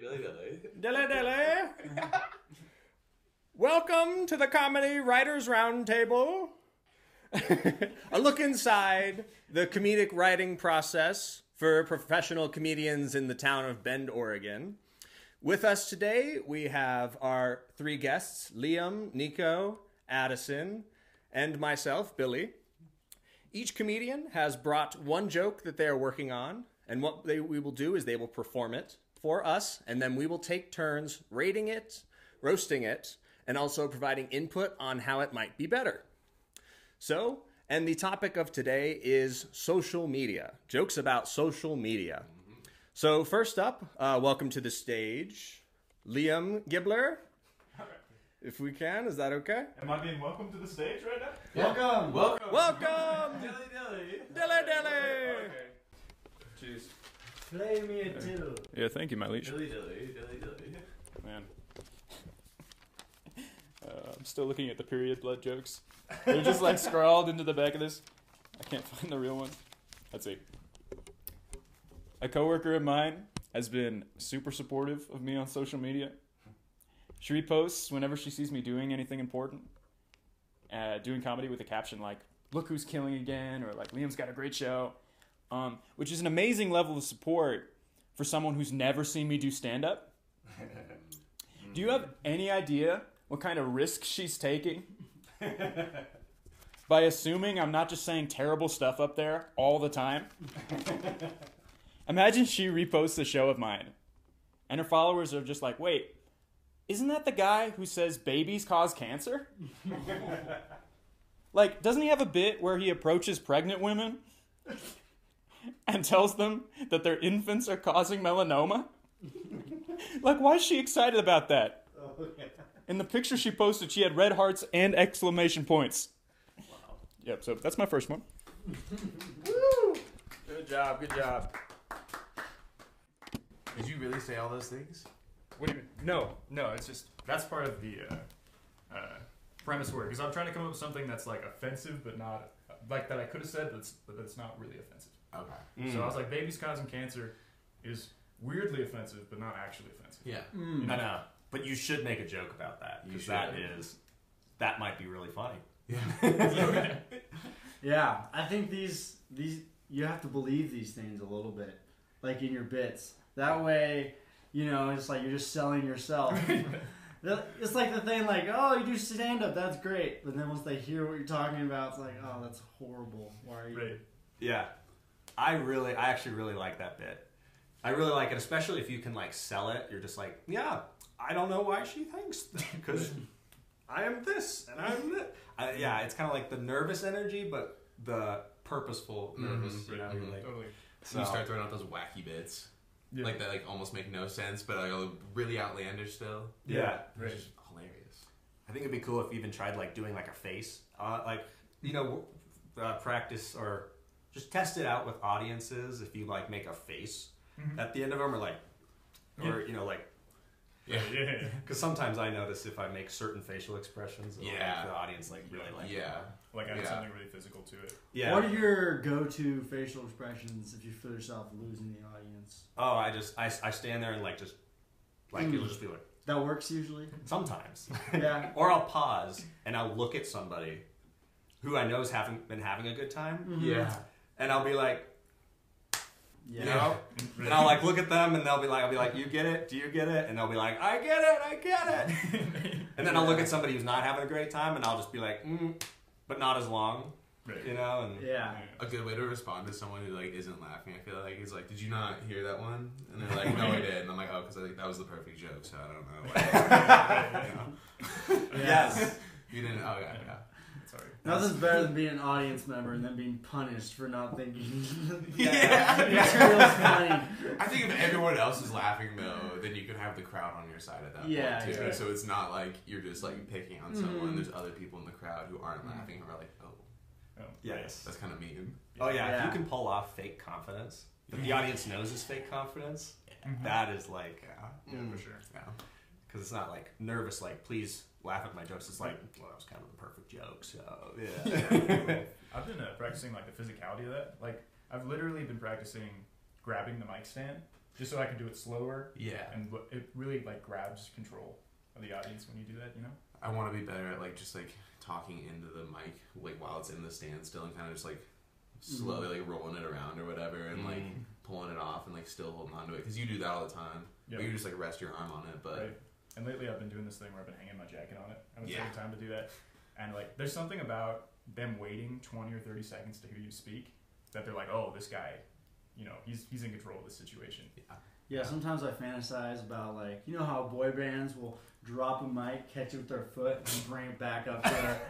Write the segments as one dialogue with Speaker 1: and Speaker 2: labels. Speaker 1: Dilly dilly.
Speaker 2: Dilly dilly. Welcome to the Comedy Writers Roundtable. A look inside the comedic writing process for professional comedians in the town of Bend, Oregon. With us today, we have our three guests Liam, Nico, Addison, and myself, Billy. Each comedian has brought one joke that they are working on, and what they, we will do is they will perform it for us, and then we will take turns rating it, roasting it, and also providing input on how it might be better. So, and the topic of today is social media jokes about social media. So, first up, uh, welcome to the stage, Liam Gibbler. If we can, is that okay?
Speaker 3: Am I being welcomed to the stage right now?
Speaker 4: Welcome.
Speaker 1: Welcome.
Speaker 2: Welcome,
Speaker 1: Dilly dilly.
Speaker 2: Dilly Dilly.
Speaker 3: Cheers.
Speaker 4: Play me a diddle.
Speaker 3: Yeah, thank you, my leech.
Speaker 1: Dilly dilly. Dilly dilly.
Speaker 3: Man. Uh, I'm still looking at the period blood jokes. They're just like scrawled into the back of this. I can't find the real one. Let's see. A coworker of mine has been super supportive of me on social media. She reposts whenever she sees me doing anything important, uh, doing comedy with a caption like, Look who's killing again, or like, Liam's got a great show, um, which is an amazing level of support for someone who's never seen me do stand up. Do you have any idea what kind of risk she's taking? By assuming I'm not just saying terrible stuff up there all the time. Imagine she reposts a show of mine, and her followers are just like, wait, isn't that the guy who says babies cause cancer? like, doesn't he have a bit where he approaches pregnant women and tells them that their infants are causing melanoma? like, why is she excited about that?
Speaker 4: Oh, yeah.
Speaker 3: In the picture she posted, she had red hearts and exclamation points. Yep, so that's my first one.
Speaker 1: Good job. Good job. Did you really say all those things?
Speaker 5: What do you mean? No, no, it's just that's part of the uh, uh, premise work. Because I'm trying to come up with something that's like offensive, but not like that I could have said that's but that's not really offensive.
Speaker 1: Okay.
Speaker 3: Mm.
Speaker 5: So I was like, babies causing cancer is weirdly offensive, but not actually offensive.
Speaker 1: Yeah.
Speaker 5: You know?
Speaker 6: I know, but you should make a joke about that
Speaker 1: You
Speaker 6: because that
Speaker 1: should.
Speaker 6: is that might be really funny.
Speaker 4: yeah, I think these these you have to believe these things a little bit, like in your bits. That way, you know, it's like you're just selling yourself. The- it's like the thing, like, oh, you do stand up, that's great. But then once they hear what you're talking about, it's like, oh, that's horrible. Why are you?
Speaker 5: Right.
Speaker 6: Yeah, I really, I actually really like that bit. I really like it, especially if you can like sell it. You're just like, yeah, I don't know why she thinks because I am this and I'm this. Uh, yeah, it's kind of like the nervous energy, but the purposeful nervous. Mm-hmm. you know, you're like,
Speaker 5: Totally.
Speaker 1: So you start throwing out those wacky bits,
Speaker 5: Yeah.
Speaker 1: like that, like almost make no sense, but like are really outlandish still.
Speaker 6: yeah.
Speaker 1: Which is hilarious.
Speaker 6: I think it'd be cool if you even tried like doing like a face, uh, like you know, uh, practice or just test it out with audiences. If you like make a face
Speaker 4: Mm-hmm.
Speaker 6: at the end of them, or like, or you know, like
Speaker 1: Yeah.
Speaker 5: Yeah.
Speaker 6: because sometimes I notice if I make certain facial expressions, it'll make
Speaker 1: Yeah.
Speaker 6: the audience like really like, it.
Speaker 1: Yeah.
Speaker 5: Like add
Speaker 1: Yeah.
Speaker 5: something really physical to it.
Speaker 6: yeah.
Speaker 4: What are your go-to facial expressions if you feel yourself losing the audience?
Speaker 6: oh, I just I, I stand there and like just like it'll just be like
Speaker 4: That works usually.
Speaker 6: sometimes,
Speaker 4: Yeah.
Speaker 6: or I'll pause and I'll look at somebody who I know is having been having a good time,
Speaker 4: Mm-hmm.
Speaker 1: Yeah.
Speaker 6: and I'll be like.
Speaker 4: Yeah.
Speaker 6: You know? And I'll like look at them and they'll be like, I'll be like, you get it? Do you get it? And they'll be like, I get it, I get it. and then I'll look at somebody who's not having a great time and I'll just be like, mm, but not as long,
Speaker 5: Right.
Speaker 6: you know? And
Speaker 4: Yeah.
Speaker 1: A good way to respond to someone who like isn't laughing, I feel like is like, "Did you not hear that one?" And they're like, "No, I did." And I'm like, "Oh, because I think that was the perfect joke, so I don't know." why." you, know?
Speaker 6: yes,
Speaker 1: You didn't. Oh yeah, yeah.
Speaker 5: Sorry.
Speaker 4: Nothing's better than being an audience member and then being punished for not thinking.
Speaker 1: Yeah.
Speaker 4: material's funny.
Speaker 1: I think if everyone else is laughing though, then you can have the crowd on your side at that
Speaker 4: Yeah,
Speaker 1: point too.
Speaker 4: yeah.
Speaker 1: So it's not like you're just like picking on someone.
Speaker 4: Mhm.
Speaker 1: There's other people in the crowd who aren't laughing who are like, oh,
Speaker 3: Um,
Speaker 6: yes.
Speaker 1: that's kind of mean.
Speaker 6: Oh, yeah,
Speaker 4: Yeah.
Speaker 6: If you can pull off fake confidence that the audience knows is fake confidence,
Speaker 4: Mm-hmm.
Speaker 6: that is like, uh,
Speaker 1: Yeah,
Speaker 5: Yeah,
Speaker 4: Mm.
Speaker 5: for sure.
Speaker 1: yeah.
Speaker 6: because it's not like nervous, like, please laugh at my jokes. It's like, well, that was kind of the perfect joke, so yeah.
Speaker 5: I've been uh, practicing like the physicality of that. Like I've literally been practicing grabbing the mic stand
Speaker 3: just so I can do it slower,
Speaker 1: Yeah.
Speaker 3: and what- it really like grabs control of the audience when you do that. You know.
Speaker 1: I want to be better at like just like talking into the mic like while it's in the stand still and kind of just like slowly like rolling it around or whatever and like
Speaker 6: Mm.
Speaker 1: pulling it off and like still holding on to it because you do that all the time.
Speaker 3: Yeah.
Speaker 1: But you just like rest your arm on it, but
Speaker 3: Right. And lately, I've been doing this thing where I've been hanging my jacket on it. I've been
Speaker 1: Yeah.
Speaker 3: taking time to do that. And like, there's something about them waiting 20 or 30 seconds to hear you speak that they're like, oh, this guy, you know, he's he's in control of this situation.
Speaker 4: Yeah, sometimes I fantasize about like you know how boy bands will drop a mic, catch it with their foot, and bring it back up there.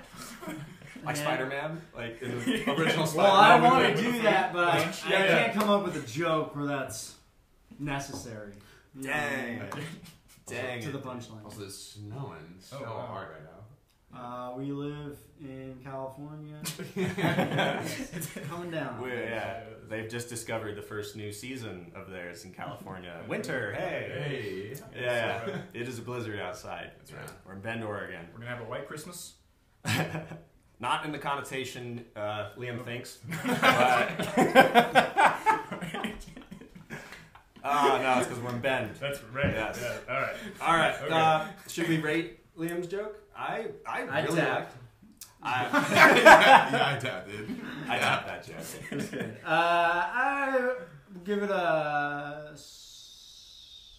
Speaker 6: Like
Speaker 4: Yeah.
Speaker 6: Spider Man, like in the original Spider
Speaker 4: Well,
Speaker 6: Man.
Speaker 4: I
Speaker 3: Spider-Man
Speaker 4: want
Speaker 3: with
Speaker 4: to
Speaker 3: the
Speaker 4: do
Speaker 3: foot.
Speaker 4: that, but I,
Speaker 3: Like,
Speaker 4: I
Speaker 3: yeah, yeah.
Speaker 4: can't come up with a joke where that's necessary. You know what I mean?
Speaker 6: Dang.
Speaker 1: Dang
Speaker 4: To the
Speaker 1: it.
Speaker 4: punchline.
Speaker 1: Also, it's snowing so
Speaker 3: Oh, wow.
Speaker 1: hard right now.
Speaker 4: Uh, we live in California. Coming down.
Speaker 6: We- yeah, they've just discovered the first new season of theirs in California. Winter, hey.
Speaker 1: Hey.
Speaker 6: Yeah, yeah. it is a blizzard outside.
Speaker 1: That's right.
Speaker 6: We're in Bend, Oregon.
Speaker 3: We're going to have a white Christmas.
Speaker 6: Not in the connotation uh, Liam thinks. but- oh no, it's because we're in Bend.
Speaker 3: That's right.
Speaker 6: Yes.
Speaker 3: Yeah. All right.
Speaker 6: All right,
Speaker 3: Okay.
Speaker 6: uh, should we rate Liam's joke? I I
Speaker 4: I
Speaker 6: really
Speaker 4: tapped.
Speaker 6: liked. I,
Speaker 1: yeah, I tapped it.
Speaker 6: I tapped that joke.
Speaker 4: Uh, I give it a six.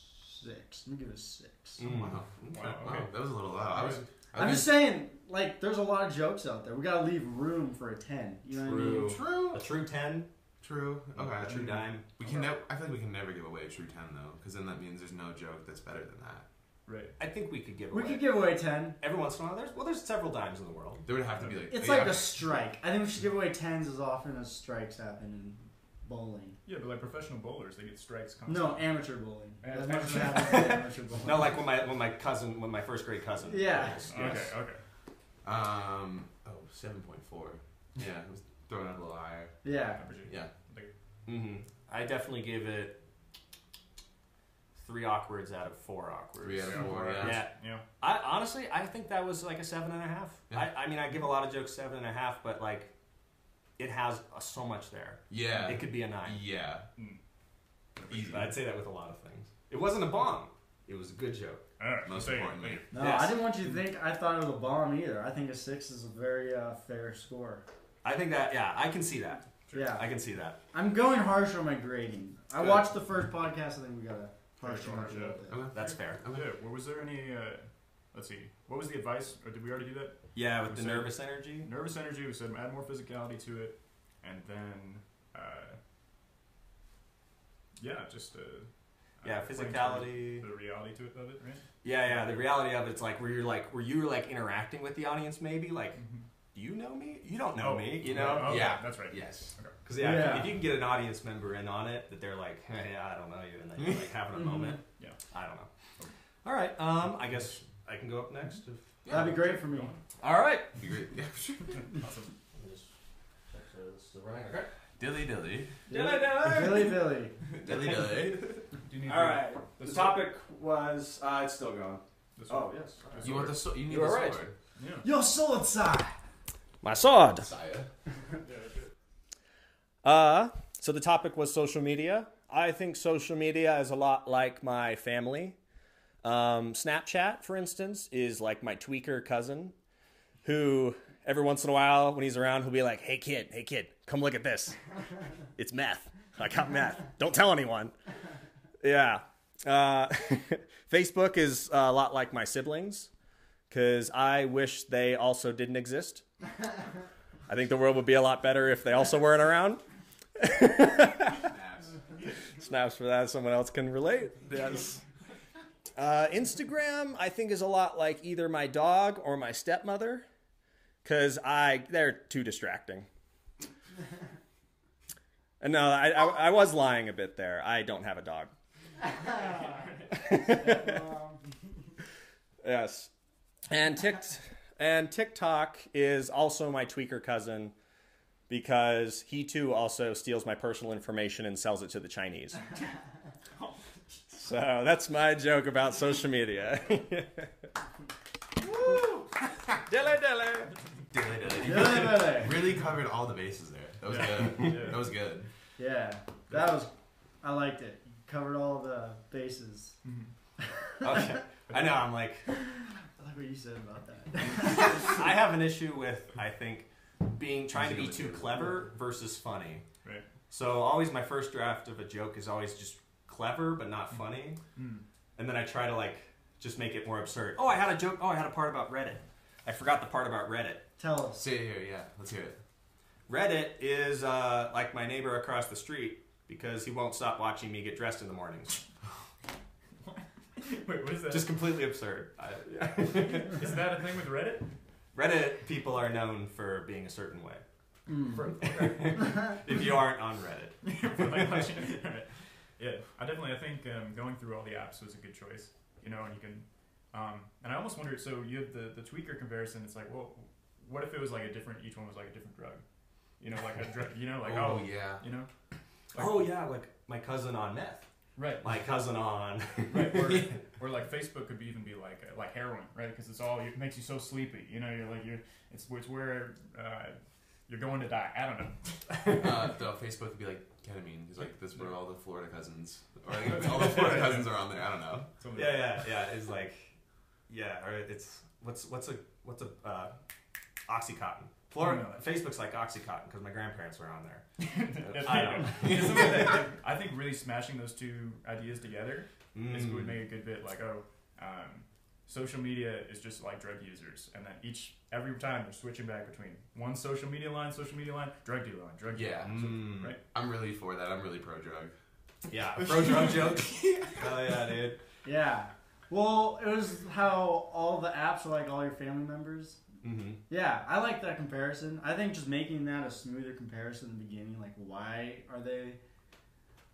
Speaker 4: I'm gonna give it a six.
Speaker 6: Mm.
Speaker 1: Wow.
Speaker 3: Wow,
Speaker 1: Wow,
Speaker 3: okay.
Speaker 1: That was a little loud. I was. I
Speaker 4: I'm
Speaker 1: was
Speaker 4: just saying, like, there's a lot of jokes out there. We gotta leave room for a ten. You know what I mean?
Speaker 6: True. A true ten.
Speaker 1: True. Okay.
Speaker 6: A true dime.
Speaker 1: We can. nev- I feel like we can never give away a true ten though, because then that means there's no joke that's better than that.
Speaker 3: Right.
Speaker 6: I think we could give
Speaker 4: We
Speaker 6: away.
Speaker 4: could give away ten.
Speaker 6: Every once in a while, there's well, there's several dimes in the world.
Speaker 1: There would have to be like.
Speaker 4: It's
Speaker 1: yeah.
Speaker 4: like a strike. I think we should give away tens as often as strikes happen in bowling.
Speaker 3: Yeah, but like professional bowlers, they get strikes constantly.
Speaker 4: No, amateur bowling.
Speaker 3: Yeah,
Speaker 4: As much as
Speaker 3: amateur-
Speaker 4: happens in amateur bowling.
Speaker 6: No, like when my when my cousin, when my first grade cousin.
Speaker 4: Yeah.
Speaker 6: Yes,
Speaker 3: Okay,
Speaker 6: yes.
Speaker 3: okay.
Speaker 1: Um. Oh, 7.4. Yeah, I was throwing out a little higher.
Speaker 4: Yeah.
Speaker 3: Average.
Speaker 1: Yeah.
Speaker 6: hmm I definitely give it three awkwards out of four awkwards.
Speaker 1: Three out of
Speaker 3: Yeah.
Speaker 1: four. Yeah.
Speaker 6: Yeah.
Speaker 3: Yeah.
Speaker 6: I honestly, I think that was like a seven and a half.
Speaker 1: Yeah.
Speaker 6: I, I mean, I give a lot of jokes seven and a half, but like, it has uh, so much there.
Speaker 1: Yeah.
Speaker 6: It could be a nine.
Speaker 1: Yeah.
Speaker 3: Mm.
Speaker 1: Easy.
Speaker 6: But I'd say that with a lot of things. It wasn't a bomb. It was a good joke.
Speaker 3: All right.
Speaker 1: Most
Speaker 3: take it,
Speaker 1: importantly.
Speaker 3: take it.
Speaker 4: No,
Speaker 6: Yes.
Speaker 4: I didn't want you to think I thought it was a bomb either. I think a six is a very uh, fair score.
Speaker 6: I think that yeah, I can see that.
Speaker 4: Yeah.
Speaker 6: I can see that.
Speaker 4: I'm going harsh on my grading. I
Speaker 1: Good.
Speaker 4: watched the first podcast. I think we gotta harsh
Speaker 3: Harsh,
Speaker 4: on it a little
Speaker 3: yeah.
Speaker 4: bit.
Speaker 1: Okay.
Speaker 6: That's fair.
Speaker 1: Okay.
Speaker 3: Yeah, well, was there any, uh, let's see, what was the advice, or did we already do that?
Speaker 6: Yeah, with
Speaker 3: I'm
Speaker 6: the
Speaker 3: sorry.
Speaker 6: nervous energy.
Speaker 3: nervous energy. We said add more physicality to it, and then uh, yeah, just uh,
Speaker 6: Yeah,
Speaker 3: uh, playing
Speaker 6: physicality.
Speaker 3: to the reality to it of it, right?
Speaker 6: Yeah, yeah. The reality of it's like where you're like where you're like interacting with the audience, maybe like, do you know me? You don't know
Speaker 3: Oh,
Speaker 6: me, you
Speaker 3: right,
Speaker 6: know?
Speaker 3: okay,
Speaker 1: Yeah.
Speaker 3: that's right.
Speaker 1: Yes.
Speaker 6: Because yeah, if you-
Speaker 4: Yeah.
Speaker 6: if you can get an audience member in on it, that they're like, yeah, I don't know you, and then you're like having a
Speaker 4: Mm-hmm.
Speaker 6: moment.
Speaker 3: Yeah.
Speaker 6: I don't know. All right, um, I guess I can go up next. If...
Speaker 4: That'd be great for me.
Speaker 6: All right.
Speaker 1: Be great. Yeah, sure.
Speaker 3: Awesome.
Speaker 1: Dilly dilly.
Speaker 6: Dilly
Speaker 4: Billy Billy.
Speaker 1: Dilly dilly.
Speaker 3: Do you need
Speaker 6: All right.
Speaker 3: The
Speaker 6: The
Speaker 3: sword?
Speaker 6: topic was uh, it's still going.
Speaker 3: This
Speaker 6: Oh
Speaker 3: one?
Speaker 6: yes.
Speaker 3: This
Speaker 1: You
Speaker 3: one?
Speaker 1: want the sword? You need
Speaker 6: You were
Speaker 1: the
Speaker 6: right.
Speaker 1: sword.
Speaker 3: Yeah.
Speaker 4: Yo, Solitsai!
Speaker 2: My sword.
Speaker 1: Saya.
Speaker 2: Uh, so the topic was social media. I think social media is a lot like my family. Um, Snapchat, for instance, is like my tweaker cousin who every once in a while when he's around, he'll be like, hey, kid, hey, kid, come look at this. It's meth. I got meth. Don't tell anyone. Yeah. Uh, Facebook is a lot like my siblings because I wish they also didn't exist. I think the world would be a lot better if they also weren't around.
Speaker 1: Snaps.
Speaker 2: snaps for that. Someone else can relate. Yes. Uh, Instagram, I think, is a lot like either my dog or my stepmother, because I they're too distracting. And no, I, I I was lying a bit there. I don't have a dog. yes, and tick and TikTok is also my tweaker cousin because he too also steals my personal information and sells it to the Chinese. so that's my joke about social media. Woo! dilly dilly.
Speaker 1: Dilly dilly. You
Speaker 4: Dilly
Speaker 1: really-
Speaker 4: Billy!
Speaker 1: Really covered all the bases there. That was
Speaker 3: Yeah.
Speaker 1: good.
Speaker 3: Yeah.
Speaker 1: That was good.
Speaker 4: Yeah, that was. I liked it. covered all the bases.
Speaker 6: Okay. I know. I'm like,
Speaker 4: I like what you said about that.
Speaker 6: I have an issue with I think being trying to be too clever versus funny.
Speaker 3: Right.
Speaker 6: So always my first draft of a joke is always just clever but not funny,
Speaker 3: Mm.
Speaker 6: and then I try to like just make it more absurd. Oh, I had a joke. Oh, I had a part about Reddit. I forgot the part about Reddit.
Speaker 4: Tell us.
Speaker 1: Say it here, yeah. Let's hear it.
Speaker 6: Reddit is uh, like my neighbor across the street because he won't stop watching me get dressed in the mornings.
Speaker 3: Wait, what is that?
Speaker 6: Just completely absurd. I, yeah.
Speaker 3: is that a thing with Reddit?
Speaker 6: Reddit people are known for being a certain way.
Speaker 4: Hmm. Mm.
Speaker 3: For,
Speaker 6: If you aren't on Reddit.
Speaker 3: for like watching it. Alright. Yeah, I definitely. I think um, going through all the apps was a good choice. You know, and you can. Um, and I almost wondered. So you have the the tweaker comparison. It's like, well, what if it was like a different? Each one was like a different drug. You know, like a drug. You know, like
Speaker 1: oh,
Speaker 3: oh,
Speaker 1: yeah.
Speaker 3: you know, Like-
Speaker 6: Oh yeah, like my cousin on meth.
Speaker 3: right,
Speaker 6: My cousin on.
Speaker 3: right. Or, or like Facebook could be, even be like uh, like heroin, right? Because it's all it makes you so sleepy. You know, you're like you're. It's it's where uh, you're going to die. I don't know.
Speaker 1: Uh, though Facebook would be like ketamine because like this where all the Florida cousins or like, all the Florida cousins are on there. I don't know.
Speaker 3: Something
Speaker 6: yeah, yeah, yeah. It's like, yeah, or it's what's what's a what's a uh, OxyContin. Florida
Speaker 3: Oh,
Speaker 6: Facebook's like OxyContin because my grandparents were on there.
Speaker 3: Yeah,
Speaker 6: I
Speaker 3: there you
Speaker 6: don't.
Speaker 3: go. It's something that- I think really smashing those two ideas together is
Speaker 6: Mm.
Speaker 3: would make a good bit like oh, um, social media is just like drug users, and then each every time they're switching back between one social media line, social media line, drug dealer line, drug dealer.
Speaker 1: Yeah.
Speaker 3: line. So-
Speaker 6: Mm.
Speaker 3: right.
Speaker 1: I'm really for that. I'm really pro drug.
Speaker 6: Yeah, pro drug joke. Hell yeah, dude.
Speaker 4: Yeah. Well, it was how all the apps are like all your family members.
Speaker 6: Mm-hmm.
Speaker 4: Yeah, I like that comparison. I think just making that a smoother comparison in the beginning, like why are they,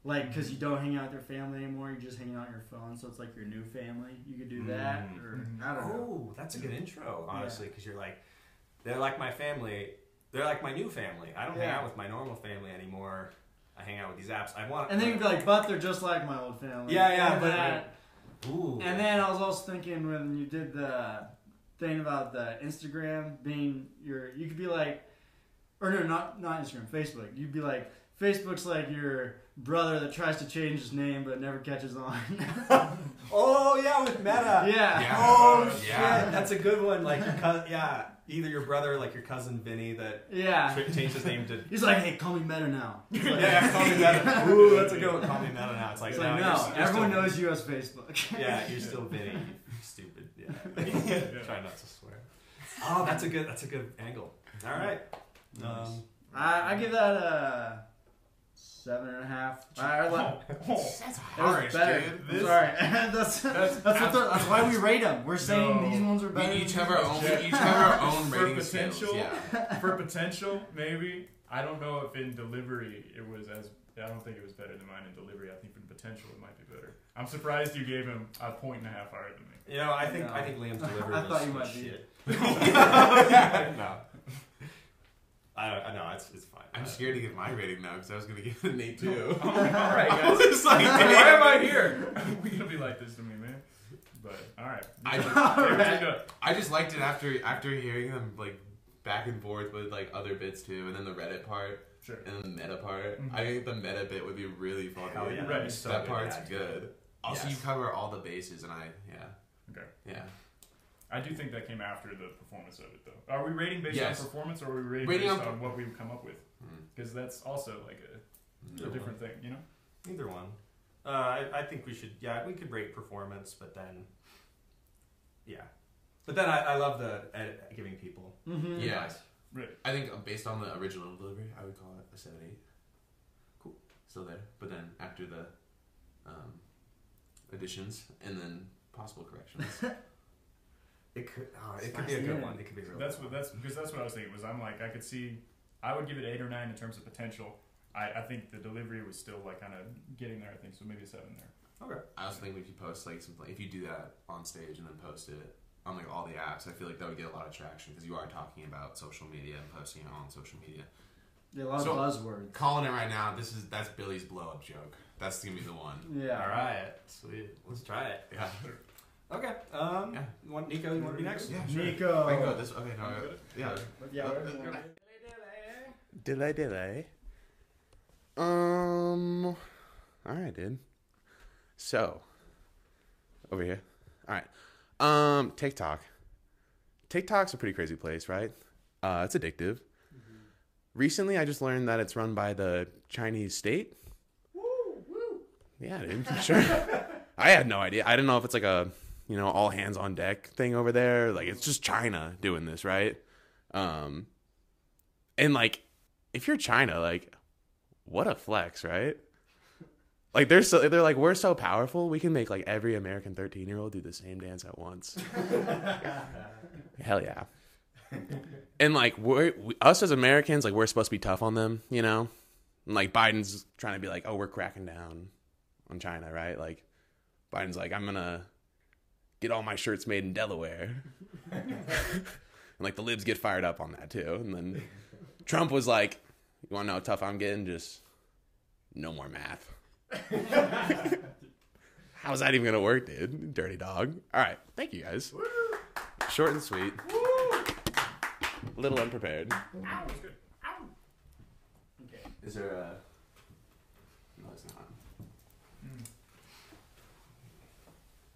Speaker 4: like, because
Speaker 6: Mm-hmm.
Speaker 4: you don't hang out with your family anymore, you're just hanging out on your phone, so it's like your new family. You could do that,
Speaker 6: Mm.
Speaker 4: or
Speaker 3: Mhm.
Speaker 4: I don't know.
Speaker 6: Oh, that's a good intro, honestly, because you're like, they're like my family. They're like my new family. I don't hang
Speaker 4: Yeah.
Speaker 6: out with my normal family anymore. I hang out with these apps. I want.
Speaker 4: And then you'd be like, but they're just like my old family.
Speaker 6: Yeah, yeah,
Speaker 4: And
Speaker 6: but-
Speaker 4: that-
Speaker 6: ooh,
Speaker 4: And then I was also thinking when you did the thing about the Instagram being your, you could be like, or no, not not Instagram, Facebook. You'd be like, Facebook's like your brother that tries to change his name but never catches on.
Speaker 6: oh yeah, with Meta.
Speaker 4: yeah.
Speaker 1: Yeah.
Speaker 6: Oh shit,
Speaker 1: Yeah.
Speaker 6: that's a good one. Like your cousin, yeah, either your brother, or, like your cousin Vinny, that
Speaker 4: Yeah.
Speaker 6: tra- changed his name to.
Speaker 4: He's like, hey, call me Meta now. It's like,
Speaker 6: Yeah, call me Meta. Ooh, that's a good one. Call me Meta now. It's like,
Speaker 4: It's like,
Speaker 6: no,
Speaker 4: no,
Speaker 6: you're s- you're
Speaker 4: everyone
Speaker 6: still-
Speaker 4: knows you as Facebook.
Speaker 6: Yeah, you're still Vinny. you Stupid. Yeah. Try not to swear. Oh, that's a good. That's a good angle. All right. Um,
Speaker 4: I, I give that a seven and a half. I, I like,
Speaker 3: Oh,
Speaker 1: That's
Speaker 4: That was
Speaker 1: harsh,
Speaker 4: better.
Speaker 1: dude.
Speaker 4: I'm sorry. that's that's, what the, that's why we rate them. We're saying
Speaker 3: No.
Speaker 4: these ones are better.
Speaker 1: We each
Speaker 4: than
Speaker 1: have
Speaker 4: these
Speaker 1: our
Speaker 4: ones.
Speaker 1: own. We each have our own
Speaker 3: For
Speaker 1: rating scales.
Speaker 3: potential?
Speaker 1: Yeah.
Speaker 3: For potential, maybe I don't know if in delivery it was as. I don't think it was better than mine in delivery. I think in potential it might be better. I'm surprised you gave him a point and a half higher than me.
Speaker 6: you know, I think I
Speaker 4: No.
Speaker 6: think Liam's delivery.
Speaker 4: I
Speaker 6: was
Speaker 4: thought you
Speaker 6: was
Speaker 4: might be.
Speaker 6: shit. no. I don't. I know. It's it's fine. Uh,
Speaker 1: I'm
Speaker 6: I-
Speaker 1: scared to give my rating now because I was gonna give it an eight too.
Speaker 3: All right,
Speaker 1: I
Speaker 3: guys.
Speaker 1: was like, why am I here?
Speaker 3: We're gonna be like this to me, man. But all right,
Speaker 1: I just,
Speaker 3: Everything good.
Speaker 1: I just liked it after after hearing them like back and forth with like other bits too, and then the Reddit part
Speaker 3: Sure.
Speaker 1: and the meta part. I think the meta bit would be really fun.
Speaker 6: Oh yeah,
Speaker 3: Right.
Speaker 6: so good
Speaker 1: that
Speaker 6: at
Speaker 1: part's
Speaker 6: that.
Speaker 1: good. Also,
Speaker 6: Yes.
Speaker 1: you cover all the bases, and I yeah
Speaker 3: Okay.
Speaker 1: yeah.
Speaker 3: I do think that came after the performance of it, though. Are we rating based
Speaker 1: Yes.
Speaker 3: on performance, or are we rating,
Speaker 1: Rating
Speaker 3: based
Speaker 1: on-
Speaker 3: on, what we come up with?
Speaker 1: Mm.
Speaker 3: Because that's also like a, a
Speaker 6: Either
Speaker 3: different thing, you know.
Speaker 6: one. Either one. Uh, I, I think we should. Yeah, we could rate performance, but then. Yeah, but then I, I love the edit, giving people.
Speaker 4: Mhm.
Speaker 1: Yeah,
Speaker 3: Right.
Speaker 1: I think uh, based on the original delivery, I would call it a seven eight. Cool, still there. But then after the um, additions and then possible corrections,
Speaker 6: It could. Oh,
Speaker 4: It's
Speaker 6: it could be a good
Speaker 4: fascinating.
Speaker 6: one. It could be a real.
Speaker 3: That's
Speaker 6: good
Speaker 3: what
Speaker 6: one.
Speaker 3: that's because that's what I was thinking was I'm like I could see I would give it eight or nine in terms of potential. I, I think the delivery was still like kind of getting there. I think so maybe a seven there.
Speaker 1: I also think we could post like some if you do that on stage and then post it on like all the apps. I feel like that would get a lot of traction because you are talking about social media and posting it on social media.
Speaker 4: Yeah, a lot
Speaker 1: So-
Speaker 4: of buzzwords.
Speaker 1: Calling it right now. This is that's Billy's blow up joke. That's gonna be the one.
Speaker 4: Yeah.
Speaker 6: All right, sweet. Let's try it.
Speaker 1: Yeah.
Speaker 6: Okay. Um,
Speaker 1: Yeah.
Speaker 6: you want, Nico, you want to be next?
Speaker 1: Yeah. Sure.
Speaker 4: Nico.
Speaker 1: I can go this. Oh, Okay. No. I- Yeah.
Speaker 4: Yeah. where's the-
Speaker 2: Delay, delay. Um. All right, dude.
Speaker 1: So, over here. All right. Um, TikTok. TikTok's a pretty crazy place, right? Uh, it's addictive. Mm-hmm. Recently, I just learned that it's run by the Chinese state. Woo, woo. Yeah, dude, sure. I had no idea. I didn't know if it's like a, you know, all hands on deck thing over there. Like it's just China doing this, right? Um, and like, if you're China, like, what a flex, right? Like they're so they're like we're so powerful we can make like every American thirteen year old do the same dance at once. Hell yeah! And like we're, we, us as Americans, like we're supposed to be tough on them, you know. And like Biden's trying to be like, oh, we're cracking down on China, right? Like Biden's like, I'm gonna get all my shirts made in Delaware, and like the libs get fired up on that too. And then Trump was like, you want to know how tough I'm getting? Just no more math. How's that even gonna work, dude? Dirty dog. All right, thank you guys. Short and sweet. A little unprepared.
Speaker 4: Okay.
Speaker 1: Is there a? No, it's not.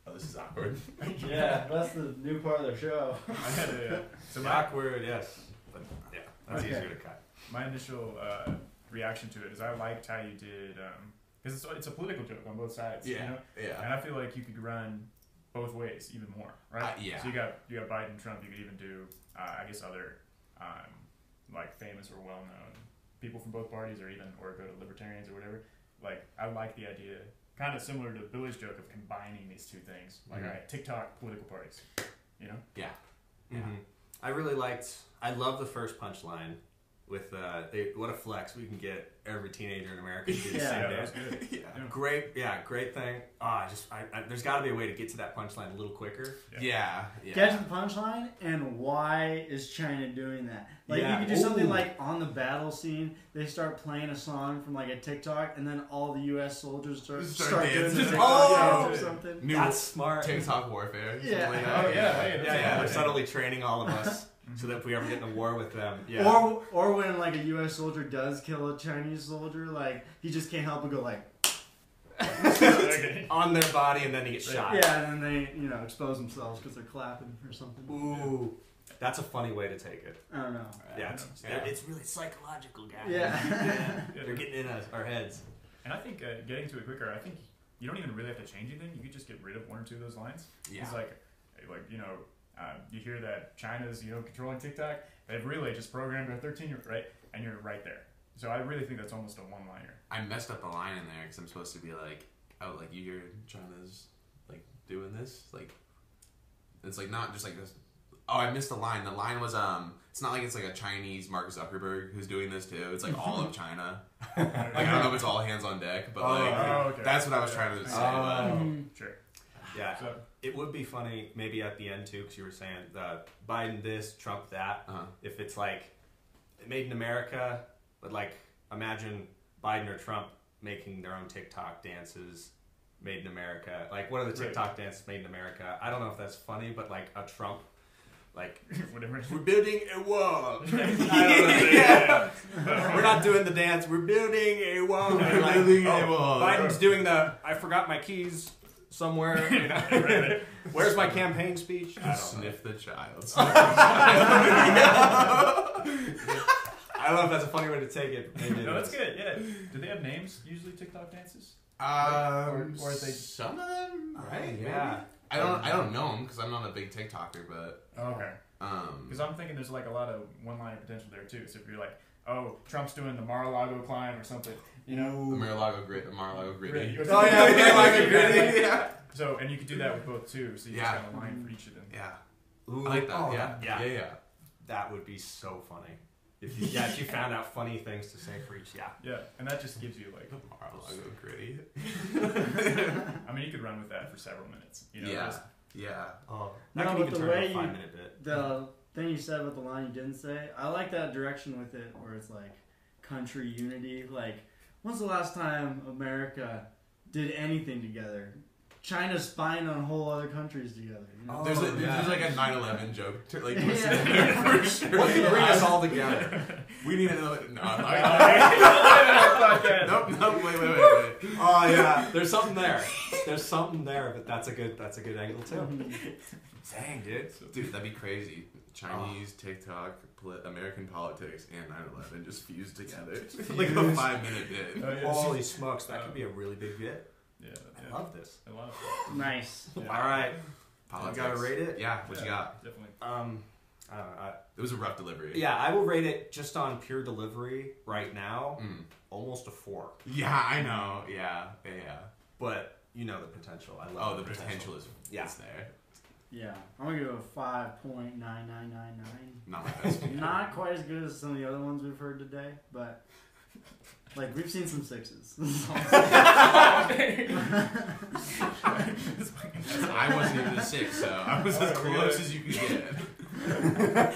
Speaker 1: Oh, this is awkward.
Speaker 4: Yeah, that's the new part of the show.
Speaker 3: I had a, uh, so
Speaker 6: It's
Speaker 3: my,
Speaker 6: awkward, yes. But yeah, that's
Speaker 4: Okay.
Speaker 6: easier to cut.
Speaker 3: my initial uh, reaction to it is I liked how you did because it's it's a political joke on both sides. You know?
Speaker 1: yeah.
Speaker 3: And I feel like you could run both ways even more, right?
Speaker 1: Uh, yeah.
Speaker 3: So you got you got Biden, Trump. You could even do, uh, I guess, other um, like famous or well known people from both parties, or even or go to libertarians or whatever. Like I like the idea, kind of similar to Billy's joke of combining these two things. Like
Speaker 1: Mhm.
Speaker 3: all right, TikTok, political parties. You know,
Speaker 1: Yeah.
Speaker 6: Yeah.
Speaker 1: Mm-hmm.
Speaker 6: I really liked. I love the first punchline with uh, they, "What a flex we can get every teenager in America to do the
Speaker 4: Yeah,
Speaker 6: same
Speaker 3: that
Speaker 6: dance."
Speaker 3: was good.
Speaker 6: Yeah.
Speaker 3: Yeah.
Speaker 6: Great, yeah, great thing. Ah, I just I, I, there's got to be a way to get to that punchline a little quicker.
Speaker 1: Yeah. Yeah.
Speaker 4: Get to the punchline and why is China doing that? Like
Speaker 6: Yeah.
Speaker 4: you could do something
Speaker 6: Ooh.
Speaker 4: like on the battle scene, they start playing a song from like a TikTok, and then all the U.S. soldiers start
Speaker 1: Start
Speaker 4: start, doing the
Speaker 1: dancing.
Speaker 4: TikTok
Speaker 6: Oh!
Speaker 4: dance or something.
Speaker 1: New
Speaker 6: That's smart.
Speaker 1: TikTok warfare. something
Speaker 4: Yeah.
Speaker 1: like that.
Speaker 3: Oh, yeah, hey,
Speaker 6: Yeah,
Speaker 3: that's
Speaker 6: yeah,
Speaker 3: a-
Speaker 6: They're subtly training all of us so that if we ever get in a war with them, yeah.
Speaker 4: Or or when like a U.S. soldier does kill a Chinese soldier, like he just can't help but go like
Speaker 3: Okay.
Speaker 6: on their body and then he gets shot.
Speaker 4: yeah, and then they you know expose themselves because they're clapping or something.
Speaker 6: Ooh, that's a funny way to take it.
Speaker 4: I don't know.
Speaker 6: Yeah, it's,
Speaker 1: Yeah.
Speaker 6: it's really psychological, guys.
Speaker 4: Yeah.
Speaker 3: Yeah.
Speaker 6: They're getting in us, our heads.
Speaker 3: And I think uh, getting to it quicker. I think you don't even really have to change anything. You could just get rid of one or two of those lines.
Speaker 1: Yeah.
Speaker 3: It's like, like you know, uh, you hear that China's you know controlling TikTok. They've really just programmed a 13 year right, and you're right there. So I really think that's almost a one liner.
Speaker 1: I messed up a line in there because I'm supposed to be like, oh, like you hear China's like doing this, like it's like not just like this. Oh, I missed the line. The line was um, it's not like it's like a Chinese Mark Zuckerberg who's doing this too. It's like all of China. like I don't know if it's all hands on deck, but like
Speaker 3: Oh, okay.
Speaker 1: that's what I was trying to say. but-
Speaker 3: Sure.
Speaker 6: Yeah,
Speaker 3: So
Speaker 6: Oh. it would be funny maybe at the end too, because you were saying uh, Biden this, Trump that.
Speaker 1: Uh-huh.
Speaker 6: If it's like made in America, but like imagine Biden or Trump making their own TikTok dances made in America. Like what are the
Speaker 3: Right.
Speaker 6: TikTok dances made in America? I don't know if that's funny, but like a Trump, like
Speaker 3: whatever.
Speaker 6: we're building a wall.
Speaker 3: Yeah.
Speaker 6: We're not doing the dance. We're building a wall. We're
Speaker 1: building a wall.
Speaker 6: Biden's doing the I forgot my keys somewhere. you know. Where's my campaign speech? I don't know.
Speaker 1: Sniff the child.
Speaker 6: I don't know if that's a funny way to take it. but Maybe it
Speaker 3: No, that's
Speaker 6: is.
Speaker 3: good. Yeah. Do they have names usually TikTok dances?
Speaker 1: um,
Speaker 3: Or- or they-
Speaker 1: some of them, right? maybe.
Speaker 6: Yeah.
Speaker 1: I don't. I don't know them because I'm not a big TikToker, but
Speaker 3: Oh, okay.
Speaker 1: um.
Speaker 3: Because I'm thinking there's like a lot of one liner potential there too. So if you're like, oh, Trump's doing the Mar-a-Lago climb or something, you know.
Speaker 1: The Mar-a-Lago grit, Mar-a-Lago gritty.
Speaker 3: Or
Speaker 6: Oh
Speaker 3: something.
Speaker 6: yeah, yeah, like a
Speaker 3: Yeah.
Speaker 6: gritty, yeah.
Speaker 3: So and you could do that with both too. So you
Speaker 1: Yeah.
Speaker 3: just got a line for each of them.
Speaker 1: Yeah, I
Speaker 6: Ooh,
Speaker 1: like that.
Speaker 6: oh,
Speaker 1: yeah.
Speaker 6: yeah,
Speaker 1: yeah, yeah.
Speaker 6: That would be so funny. If you, yeah, if you found out funny things to say for each, yeah.
Speaker 3: Yeah, and that just gives you like,
Speaker 1: Mar-a-Lago gritty.
Speaker 3: I mean, you could run with that for several minutes. You know,
Speaker 1: yeah,
Speaker 3: just-
Speaker 1: yeah.
Speaker 6: Oh, that
Speaker 4: No,
Speaker 6: could
Speaker 4: but
Speaker 6: even
Speaker 4: the
Speaker 6: turn into
Speaker 4: way
Speaker 6: a
Speaker 4: you-
Speaker 6: five-minute bit.
Speaker 4: The thing you said about the line you didn't say, I like that direction with it where it's like country unity. Like, when's the last time America did anything together? China spying on whole other countries together. You know?
Speaker 1: There's, a,
Speaker 6: Oh, yeah.
Speaker 1: there's like a 9/11 joke to, like
Speaker 4: Yeah.
Speaker 1: listed in there for sure.
Speaker 6: What could bring us all together?
Speaker 1: We need another. No, I'm not-
Speaker 3: Podcast.
Speaker 1: Oh, nope, nope. Wait, wait, wait, wait.
Speaker 6: Oh yeah, there's something there. There's something there, but that's a good that's a good angle too. Dang, dude.
Speaker 1: Dude, that'd be crazy. Chinese TikTok, poli- American politics, and 9/11 just fused together. like a
Speaker 6: Fused.
Speaker 1: five-minute bit.
Speaker 3: Oh, yeah.
Speaker 6: Holy smokes, that could be a really big bit.
Speaker 3: Yeah,
Speaker 6: I
Speaker 3: yeah.
Speaker 6: love this.
Speaker 3: I love
Speaker 4: nice.
Speaker 3: Yeah.
Speaker 6: All right,
Speaker 1: Politics.
Speaker 6: you gotta rate it.
Speaker 1: Yeah, what
Speaker 3: it.
Speaker 1: you got?
Speaker 3: Definitely.
Speaker 6: Um, I don't know. I,
Speaker 1: It was a rough delivery.
Speaker 6: yeah, I will rate it just on pure delivery right now,
Speaker 1: Mm.
Speaker 6: almost a four.
Speaker 1: Yeah, I know. Yeah, yeah. yeah.
Speaker 6: But you know the potential. I love.
Speaker 1: Oh, the potential is
Speaker 6: Yeah.
Speaker 1: is there.
Speaker 4: Yeah, I'm gonna go five point nine nine nine nine.
Speaker 1: Not my best.
Speaker 4: Not quite as good as some of the other ones we've heard today, but like we've seen some sixes.
Speaker 1: I wasn't even a six, so I was as
Speaker 3: Alright, we're
Speaker 1: close
Speaker 3: good.
Speaker 1: as you could get.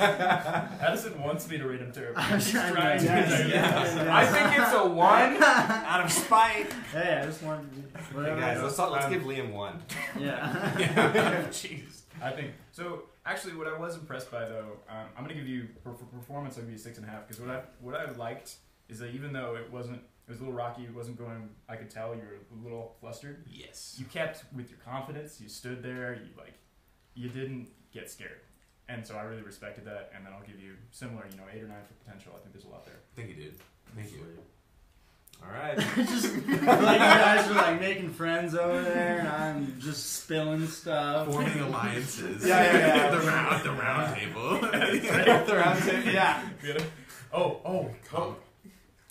Speaker 3: Addison wants me to rate him terrible.
Speaker 4: I'm
Speaker 3: He's
Speaker 4: trying
Speaker 3: trying
Speaker 4: to-
Speaker 3: to.
Speaker 4: yes, yes.
Speaker 6: I think it's a one out of spite.
Speaker 4: hey, I just wanted to
Speaker 6: Hey
Speaker 4: whatever.
Speaker 6: guys, let's let's
Speaker 3: Um,
Speaker 6: give Liam one.
Speaker 4: yeah.
Speaker 1: Yeah. Jeez.
Speaker 3: I think so. Actually, what I was impressed by though, um, I'm gonna give you for, for performance. I'll give you six and a half because what I what I liked is that even though it wasn't, it was a little rocky. It wasn't going. I could tell you were a little flustered.
Speaker 1: Yes.
Speaker 3: You kept with your confidence. You stood there. You like, you didn't get scared. And so I really respected that. And then I'll give you similar, you know, eight or nine for potential. I think there's a lot there.
Speaker 1: Thank you, dude. Thank you.
Speaker 6: All right.
Speaker 4: just like you guys are like making friends over there, and I'm just spilling stuff.
Speaker 1: Forming alliances.
Speaker 6: Yeah, yeah, yeah.
Speaker 1: the round, the round table.
Speaker 6: the round table. Yeah.
Speaker 3: We had a- oh, oh,
Speaker 1: Com-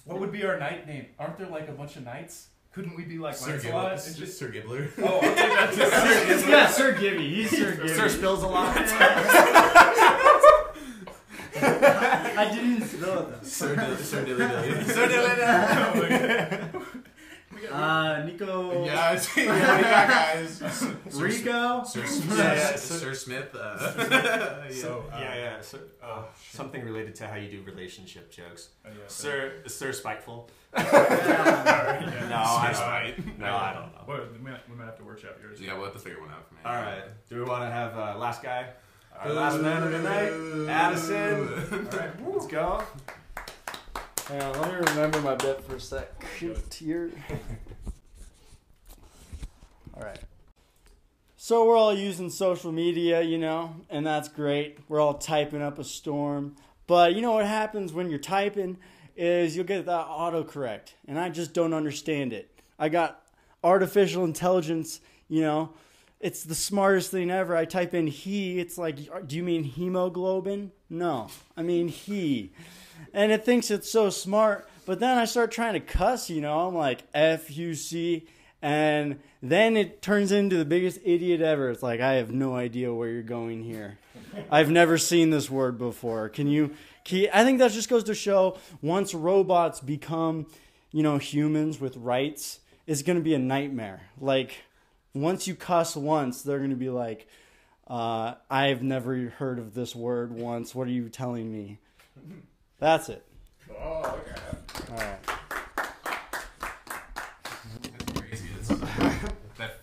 Speaker 3: what would be our knight name? Aren't there like a bunch of knights? Couldn't we be like
Speaker 1: Sir
Speaker 3: Lancelot?
Speaker 1: Gibbler.
Speaker 3: and just-
Speaker 1: Sir Gibbler.
Speaker 3: oh, I'll take that too.
Speaker 4: yeah, Sir Gibby. He's Sir Gibby.
Speaker 6: Sir spills a lot.
Speaker 4: I didn't spill it
Speaker 1: Sir Dilly Sir Dilly Dilly.
Speaker 6: So do it. uh,
Speaker 3: Oh my God.
Speaker 4: though. Uh, Nico.
Speaker 1: Yeah, it's- yeah, what do you got, guys?
Speaker 4: Rico.
Speaker 1: Sir, Sir,
Speaker 4: Yeah,
Speaker 6: yeah,
Speaker 1: Sir,
Speaker 6: Sir-
Speaker 1: Smith. Uh, yeah.
Speaker 3: So, uh,
Speaker 6: yeah, yeah. So, uh,
Speaker 3: shit.
Speaker 6: something related to how you do relationship jokes.
Speaker 3: Oh, yeah,
Speaker 6: Sir, Sir Spiteful.
Speaker 3: Alright,
Speaker 6: No,
Speaker 3: yeah.
Speaker 6: I
Speaker 1: Sir
Speaker 6: don't. know. No, I don't know.
Speaker 3: Well, we might, we might have to workshop yours.
Speaker 1: yeah, we'll have to figure one out for me.
Speaker 6: All right. Do we want to have uh, last guy? Our last man of the night. Addison.
Speaker 3: All right.
Speaker 6: Let's go.
Speaker 4: Hang on, let me remember my bet for a sec. Here. all right. So we're all using social media, you know, and that's great. We're all typing up a storm. But you know what happens when you're typing is you'll get that autocorrect, and I just don't understand it. I got artificial intelligence, you know. It's the smartest thing ever. I type in he, it's like, do you mean hemoglobin? No, I mean he and it thinks it's so smart. But then I start trying to cuss, you know, I'm like F U C, and then it turns into the biggest idiot ever. It's like I have no idea where you're going here. I've never seen this word before. Can you? Can you- I think that just goes to show once robots become, you know, humans with rights, it's going to be a nightmare. Like once you cuss once, they're going to be like. Uh, I've never heard of this word once. What are you telling me? That's it.
Speaker 3: Oh, okay.
Speaker 4: All right.
Speaker 1: That's crazy. That's, that,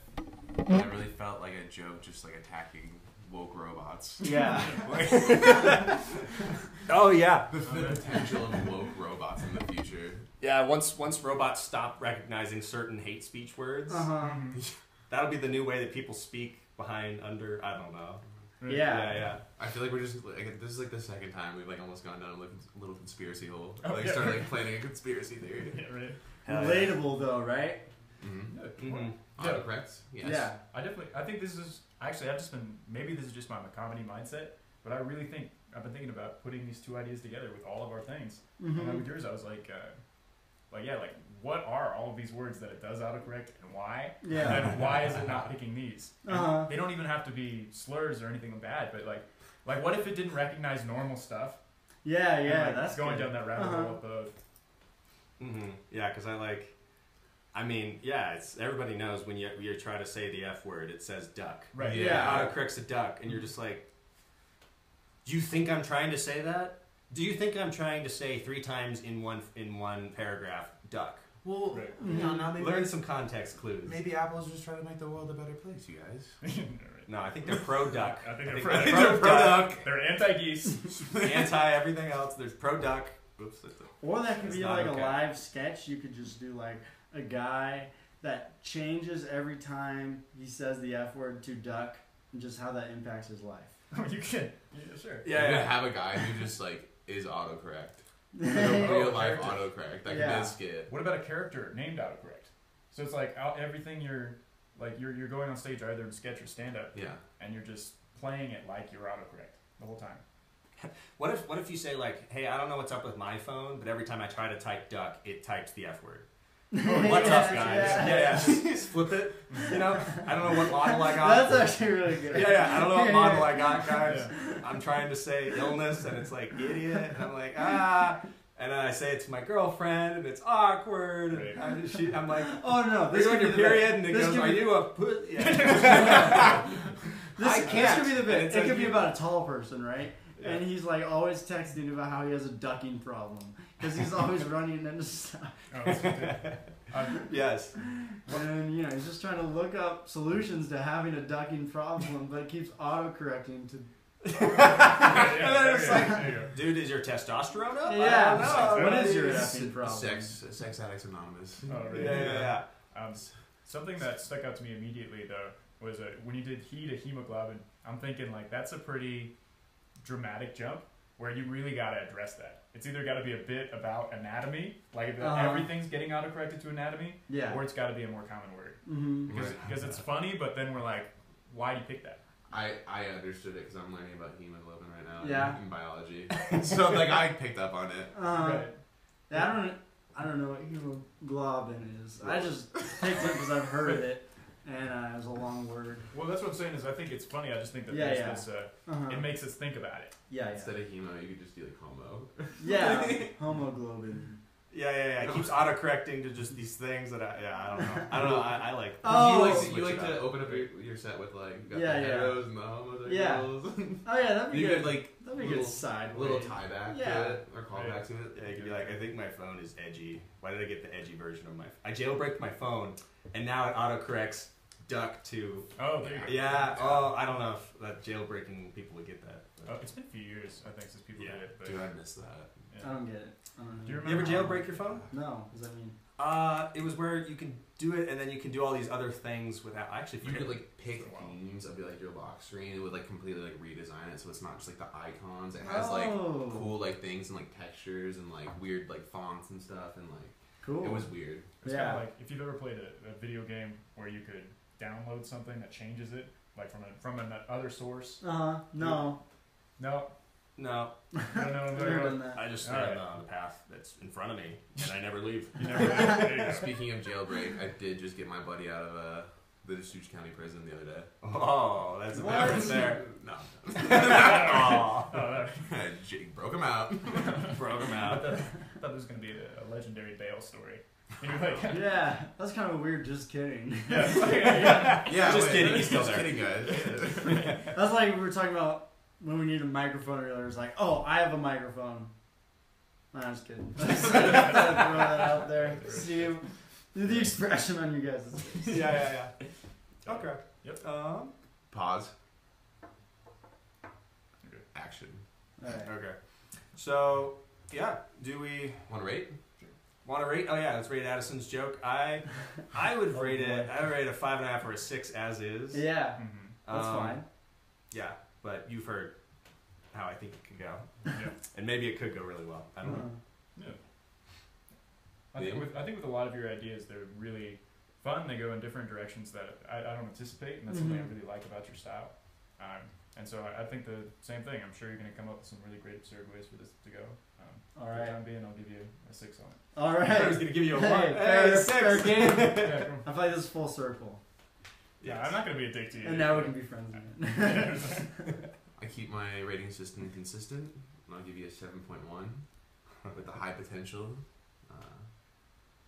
Speaker 1: that really felt like a joke, just like attacking woke robots.
Speaker 4: Yeah.
Speaker 6: Oh yeah.
Speaker 1: The potential of woke robots in the future.
Speaker 6: Yeah. Once once robots stop recognizing certain hate speech words,
Speaker 4: Uh-huh.
Speaker 6: that'll be the new way that people speak behind under. I don't know.
Speaker 4: Yeah.
Speaker 6: Yeah. Yeah.
Speaker 1: I feel like we're just like this is like the second time we've like almost gone down a little, little conspiracy hole.
Speaker 3: Oh,
Speaker 1: like
Speaker 3: yeah.
Speaker 1: started like planning a conspiracy theory.
Speaker 3: Yeah, right.
Speaker 6: Hell yeah.
Speaker 4: Relatable though, right?
Speaker 1: Mm-hmm.
Speaker 6: Mhm.
Speaker 3: Yeah.
Speaker 1: Autocorrect? Yes.
Speaker 4: Yeah.
Speaker 3: I definitely, I think this is, actually, I've just been, maybe this is just my comedy mindset, but I really think, I've been thinking about putting these two ideas together with all of our things.
Speaker 6: Mm-hmm.
Speaker 3: And then
Speaker 4: Mhm.
Speaker 3: with yours, I was like, uh, like, yeah, like, what are all of these words that it does autocorrect and why?
Speaker 4: Yeah.
Speaker 3: And then why is it not picking these? And
Speaker 4: Uh-huh.
Speaker 3: They don't even have to be slurs or anything bad, but like, like what if it didn't recognize normal stuff?
Speaker 4: Yeah.
Speaker 3: And,
Speaker 4: Yeah.
Speaker 3: like,
Speaker 4: That's
Speaker 3: going
Speaker 4: good.
Speaker 3: down that rabbit hole of both.
Speaker 6: Mm-hmm. Yeah, because I like. I mean, yeah, it's everybody knows when you you try to say the f word, it says duck.
Speaker 3: Right.
Speaker 1: Yeah. uh,
Speaker 6: It autocorrects a duck, and you're just like, do you think I'm trying to say that? Do you think I'm trying to say three times in one in one paragraph duck?
Speaker 1: Well,
Speaker 3: Right.
Speaker 1: you know, now maybe,
Speaker 6: Learn some context clues.
Speaker 1: maybe Apple's just trying to make the world a better place, you guys.
Speaker 6: No, I think they're pro duck.
Speaker 3: I think they're
Speaker 6: I
Speaker 3: pro-
Speaker 6: they're pro duck.
Speaker 3: They're anti-geese.
Speaker 6: Anti everything else. There's pro duck. Oops. that's a-
Speaker 4: Or that could
Speaker 6: It's
Speaker 4: be
Speaker 6: not
Speaker 4: like
Speaker 6: okay.
Speaker 4: a live sketch. You could just do like a guy that changes every time he says the F word to duck and just how that impacts his life.
Speaker 3: you can. Yeah, sure.
Speaker 1: You're
Speaker 6: Yeah,
Speaker 1: gonna
Speaker 6: yeah.
Speaker 1: have a guy who just like is autocorrect.
Speaker 4: yeah,
Speaker 1: real life
Speaker 3: character.
Speaker 1: autocorrect. That
Speaker 4: Yeah.
Speaker 1: can be a skit.
Speaker 3: What about a character named autocorrect? So it's like out, everything you're like you're you're going on stage either in sketch or stand up,
Speaker 1: Yeah.
Speaker 3: and you're just playing it like you're autocorrect the whole time.
Speaker 6: What if what if you say like, hey, I don't know what's up with my phone, but every time I try to type duck, it types the F word. What's up, guys?
Speaker 4: yeah.
Speaker 6: Yeah, yeah. Just flip it. You know, I don't know what model I got.
Speaker 4: That's actually really good.
Speaker 6: yeah, yeah. I don't know what
Speaker 4: Yeah,
Speaker 6: model
Speaker 4: yeah.
Speaker 6: I got, guys. I'm trying to say illness, and it's like idiot, and I'm like ah, and then I say it to my girlfriend, and it's awkward. And
Speaker 3: Right.
Speaker 6: I'm, she, I'm like,
Speaker 4: Oh no,
Speaker 6: are
Speaker 4: this
Speaker 6: you
Speaker 4: could
Speaker 6: on
Speaker 4: be the best.
Speaker 6: your period? And it
Speaker 4: this
Speaker 6: goes,
Speaker 4: could
Speaker 6: are
Speaker 4: be-
Speaker 6: you a put?
Speaker 4: This,
Speaker 6: I
Speaker 4: this
Speaker 6: can't.
Speaker 4: could be the
Speaker 6: And
Speaker 4: bit.
Speaker 6: it's
Speaker 4: It
Speaker 6: like
Speaker 4: could be
Speaker 6: you-
Speaker 4: about a tall person, right?
Speaker 6: Yeah.
Speaker 4: And he's like always texting about how he has a ducking problem because he's always running into stuff.
Speaker 3: Oh, that's what they- uh,
Speaker 6: yes.
Speaker 4: And you know, he's just trying to look up solutions to having a ducking problem, but keeps autocorrecting to.
Speaker 3: yeah, yeah,
Speaker 6: then
Speaker 3: there
Speaker 6: it's
Speaker 3: you go,
Speaker 6: like-
Speaker 3: there you go.
Speaker 6: Dude, is your testosterone up?
Speaker 4: Yeah,
Speaker 6: I don't know.
Speaker 4: what is your
Speaker 6: Yeah,
Speaker 4: effing problem?
Speaker 1: Sex Sex Addicts Anonymous.
Speaker 3: Oh,
Speaker 6: yeah,
Speaker 3: really?
Speaker 6: yeah.
Speaker 3: Um, something that stuck out to me immediately though was uh, when you did heat to hemoglobin. I'm thinking like that's a pretty dramatic jump where you really gotta address that. It's either gotta be a bit about anatomy, like if
Speaker 4: Uh-huh.
Speaker 3: everything's getting autocorrected to anatomy,
Speaker 4: Yeah.
Speaker 3: or it's gotta be a more common word
Speaker 4: Mm-hmm.
Speaker 3: because
Speaker 1: Right.
Speaker 3: because it's funny, but then we're like, why do you pick that?
Speaker 1: I, I understood it because I'm learning about hemoglobin right now
Speaker 4: Yeah.
Speaker 1: in, in biology. so like I picked up on it.
Speaker 4: Um,
Speaker 3: Right.
Speaker 4: I don't. I don't know what hemoglobin is. I just picked it because I've heard it, and uh, it was a long word.
Speaker 3: Well, that's what I'm saying is I think it's funny. I just think that
Speaker 4: Yeah,
Speaker 3: there's
Speaker 4: yeah.
Speaker 3: this. Uh,
Speaker 4: Uh-huh.
Speaker 3: It makes us think about it.
Speaker 4: yeah,
Speaker 1: Instead of hemo, you could just do like homo.
Speaker 4: yeah, yeah. Homoglobin.
Speaker 6: Yeah, yeah, yeah. It keeps autocorrecting to just these things that I, yeah, I don't know. I don't know. I, I like.
Speaker 4: Oh.
Speaker 1: you like to,
Speaker 6: Switch
Speaker 1: you like
Speaker 6: it
Speaker 1: to
Speaker 6: up.
Speaker 1: open up your, your set with like you got
Speaker 4: Yeah,
Speaker 1: the
Speaker 4: yeah.
Speaker 1: heteros and the homosexuals.
Speaker 4: Yeah. Oh yeah, that'd be
Speaker 1: You
Speaker 4: good.
Speaker 1: could like
Speaker 4: that'd be
Speaker 1: little-
Speaker 4: good
Speaker 1: a
Speaker 4: sideways.
Speaker 1: little tie back
Speaker 4: Yeah.
Speaker 1: to it or call back to it.
Speaker 6: Yeah, you could be like, I think my phone is edgy. Why did I get the edgy version of my? I jailbreaked my phone, and now it autocorrects duck to.
Speaker 3: Oh, there you go.
Speaker 6: Yeah. Oh, I don't know if that jailbreaking people would get that.
Speaker 3: Oh, it's been a few years, I think, since people
Speaker 6: Yeah.
Speaker 3: did it. But
Speaker 1: Dude, I miss that.
Speaker 3: yeah.
Speaker 4: I don't get it. I don't know.
Speaker 3: Do you
Speaker 6: You ever
Speaker 3: remember?
Speaker 6: jailbreak your phone?
Speaker 4: no, does that mean?
Speaker 6: Uh, it was where you can do it, and then you can do all these other things without. I actually
Speaker 1: You
Speaker 6: forget.
Speaker 1: could like pick
Speaker 3: For a while.
Speaker 1: themes of like your lock screen. It would like completely like redesign it so it's not just like the icons. It has like
Speaker 4: Oh.
Speaker 1: cool like things and like textures and like weird like fonts and stuff and like
Speaker 4: Cool.
Speaker 1: it was weird.
Speaker 3: It's
Speaker 4: Yeah.
Speaker 3: kind of like if you've ever played a, a video game where you could download something that changes it, like from a, from an other source.
Speaker 4: Uh huh. No.
Speaker 3: No,
Speaker 6: no,
Speaker 3: no, no,
Speaker 4: I've
Speaker 3: no.
Speaker 4: never
Speaker 3: no.
Speaker 4: done that.
Speaker 6: I just
Speaker 3: All
Speaker 6: stand
Speaker 3: right.
Speaker 6: on the path that's in front of me, and I never leave.
Speaker 3: You never there you go.
Speaker 1: Speaking of jailbreak, I did just get my buddy out of uh, the Deschutes County Prison the other day.
Speaker 6: Oh, that's a
Speaker 4: What?
Speaker 6: difference there.
Speaker 1: No,
Speaker 6: oh,
Speaker 3: Oh, that-
Speaker 1: Jake broke him out.
Speaker 6: broke him
Speaker 3: I
Speaker 6: out.
Speaker 3: thought, I thought there was going to be a, a legendary bail story. You know, like,
Speaker 4: Yeah, that's kind of weird. Just kidding.
Speaker 1: Yeah,
Speaker 6: Just
Speaker 1: wait,
Speaker 6: kidding, he's still
Speaker 1: just
Speaker 6: there.
Speaker 1: kidding, guys.
Speaker 4: That's like we were talking about when we need a microphone earlier. It's like, oh, I have a microphone. Nah, I'm just kidding. Just throw that out there. See the expression on you guys.
Speaker 6: yeah, yeah, yeah. Okay.
Speaker 3: Yep.
Speaker 6: Um,
Speaker 1: Pause.
Speaker 3: Okay.
Speaker 1: Action.
Speaker 4: All right.
Speaker 6: okay. So, yeah. Do we
Speaker 1: Want to rate?
Speaker 6: want to rate? Oh yeah, let's rate Addison's joke. I, I would
Speaker 4: Oh,
Speaker 6: rate it.
Speaker 4: boy.
Speaker 6: I would rate a five and a half or a six as is.
Speaker 4: Yeah,
Speaker 3: Mhm.
Speaker 4: that's
Speaker 6: Um,
Speaker 4: fine.
Speaker 6: Yeah, but you've heard how I think it could go,
Speaker 3: Yeah.
Speaker 6: and maybe it could go really well. I don't
Speaker 4: Mm-hmm.
Speaker 6: know.
Speaker 4: Uh-huh.
Speaker 3: I think
Speaker 1: Yeah.
Speaker 3: with I think with a lot of your ideas, they're really fun. They go in different directions that I, I don't anticipate, and that's something
Speaker 4: Mhm.
Speaker 3: I
Speaker 1: Mm-hmm.
Speaker 3: really like about your style. Um, and so I, I think the same thing. I'm sure you're going to come up with some really great absurd ways for this to go. Um,
Speaker 4: Uh, all
Speaker 3: for the
Speaker 4: right.
Speaker 3: time being, I'll give you a six on it.
Speaker 4: All
Speaker 6: I was
Speaker 4: right.
Speaker 6: gonna give you a
Speaker 4: Hey,
Speaker 6: one. Hey,
Speaker 4: fair-
Speaker 6: six.
Speaker 4: fair game.
Speaker 3: yeah, cool.
Speaker 4: I feel like this is full circle.
Speaker 3: yeah, I'm not going to be a dick to you.
Speaker 4: And now we can be friends again.
Speaker 1: I keep my rating system consistent, and I'll give you a 7.1 with the high potential. Uh,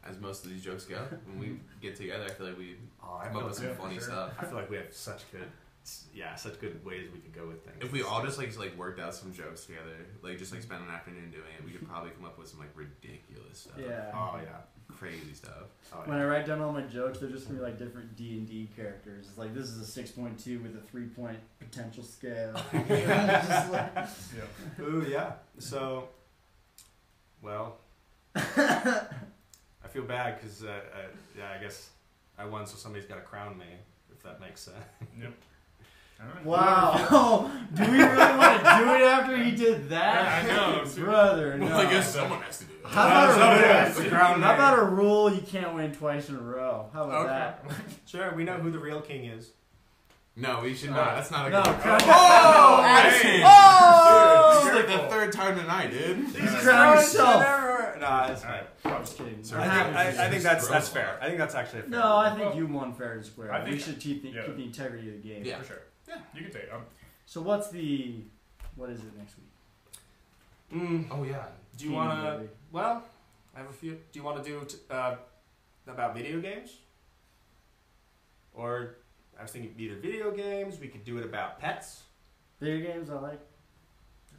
Speaker 1: as most of these jokes go, when we get together, I feel like we
Speaker 6: Oh, I
Speaker 1: come up
Speaker 6: feel,
Speaker 1: with some
Speaker 3: yeah, for
Speaker 1: funny
Speaker 3: sure.
Speaker 1: stuff.
Speaker 6: I feel like we have such good s- yeah, such good ways we could go with things.
Speaker 1: If we all just like like worked out some jokes together, like just like spend an afternoon doing it, we could probably come up with some like ridiculous stuff,
Speaker 4: Yeah.
Speaker 6: Oh yeah.
Speaker 1: crazy stuff.
Speaker 6: Oh
Speaker 4: When
Speaker 6: yeah.
Speaker 4: I write down all my jokes, they're just gonna be like different D and D characters. It's like this is a six point two with a three point potential scale. Just like-
Speaker 6: Ooh yeah. So, well, I feel bad because uh, uh, yeah, I guess I won, so somebody's got to crown me. If that makes sense.
Speaker 3: Nope. All right.
Speaker 4: wow, do we really want to do it after he did
Speaker 3: Yeah,
Speaker 4: that,
Speaker 3: I know. I'm serious.
Speaker 4: brother? No.
Speaker 1: someone has to do it.
Speaker 4: How about, a,
Speaker 6: Somebody has to
Speaker 4: how
Speaker 6: crown me.
Speaker 4: about a rule you can't win twice in a row? How about that?
Speaker 6: Sure, we know who the real king is.
Speaker 1: No, we should not. That's not a
Speaker 4: No,
Speaker 1: good.
Speaker 4: crown-
Speaker 1: Oh,
Speaker 6: man.
Speaker 1: This
Speaker 6: Oh!
Speaker 1: is like the third time tonight, dude.
Speaker 4: He's crowned himself.
Speaker 6: Nah, it's
Speaker 3: All right.
Speaker 6: fine.
Speaker 4: I'm just kidding.
Speaker 1: Sir,
Speaker 6: I
Speaker 4: I'm
Speaker 6: think,
Speaker 4: happy
Speaker 6: I,
Speaker 4: with
Speaker 6: I
Speaker 4: you.
Speaker 6: think that's
Speaker 1: Bro.
Speaker 6: that's fair. I think that's actually a fair.
Speaker 4: No, I think
Speaker 3: Well,
Speaker 4: you won fair and square.
Speaker 3: I
Speaker 4: we
Speaker 3: think-
Speaker 4: should keep the,
Speaker 3: yeah.
Speaker 4: keep the integrity of the game.
Speaker 1: Yeah.
Speaker 3: For sure.
Speaker 1: Yeah.
Speaker 3: You can take it. Um,
Speaker 4: So what's the what is it next week?
Speaker 6: Mm,
Speaker 1: Oh yeah.
Speaker 6: do you
Speaker 4: Gaming
Speaker 6: want to?
Speaker 4: movie.
Speaker 6: Well, I have a few. Do you want to do t- uh, about video games? Or I was thinking either video games. We could do it about pets.
Speaker 4: Video games I like.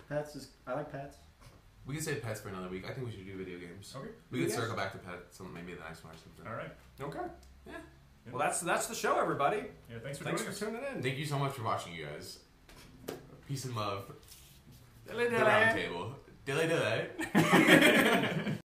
Speaker 4: Pets is I like pets.
Speaker 1: We could say pets for another week. I think we should do video games.
Speaker 3: Okay.
Speaker 1: We could
Speaker 6: Yes.
Speaker 1: circle back to pets on maybe the next one or something.
Speaker 3: Oh, all right.
Speaker 6: Okay. Yeah.
Speaker 3: Yeah.
Speaker 6: Well, that's that's the show, everybody.
Speaker 3: Yeah. Thanks for
Speaker 6: Thanks
Speaker 3: joining
Speaker 6: for
Speaker 3: us.
Speaker 6: tuning in.
Speaker 1: Thank you so much for watching, you guys. Peace and love. The
Speaker 6: Dilly dilly.
Speaker 1: round table. Dilly dilly.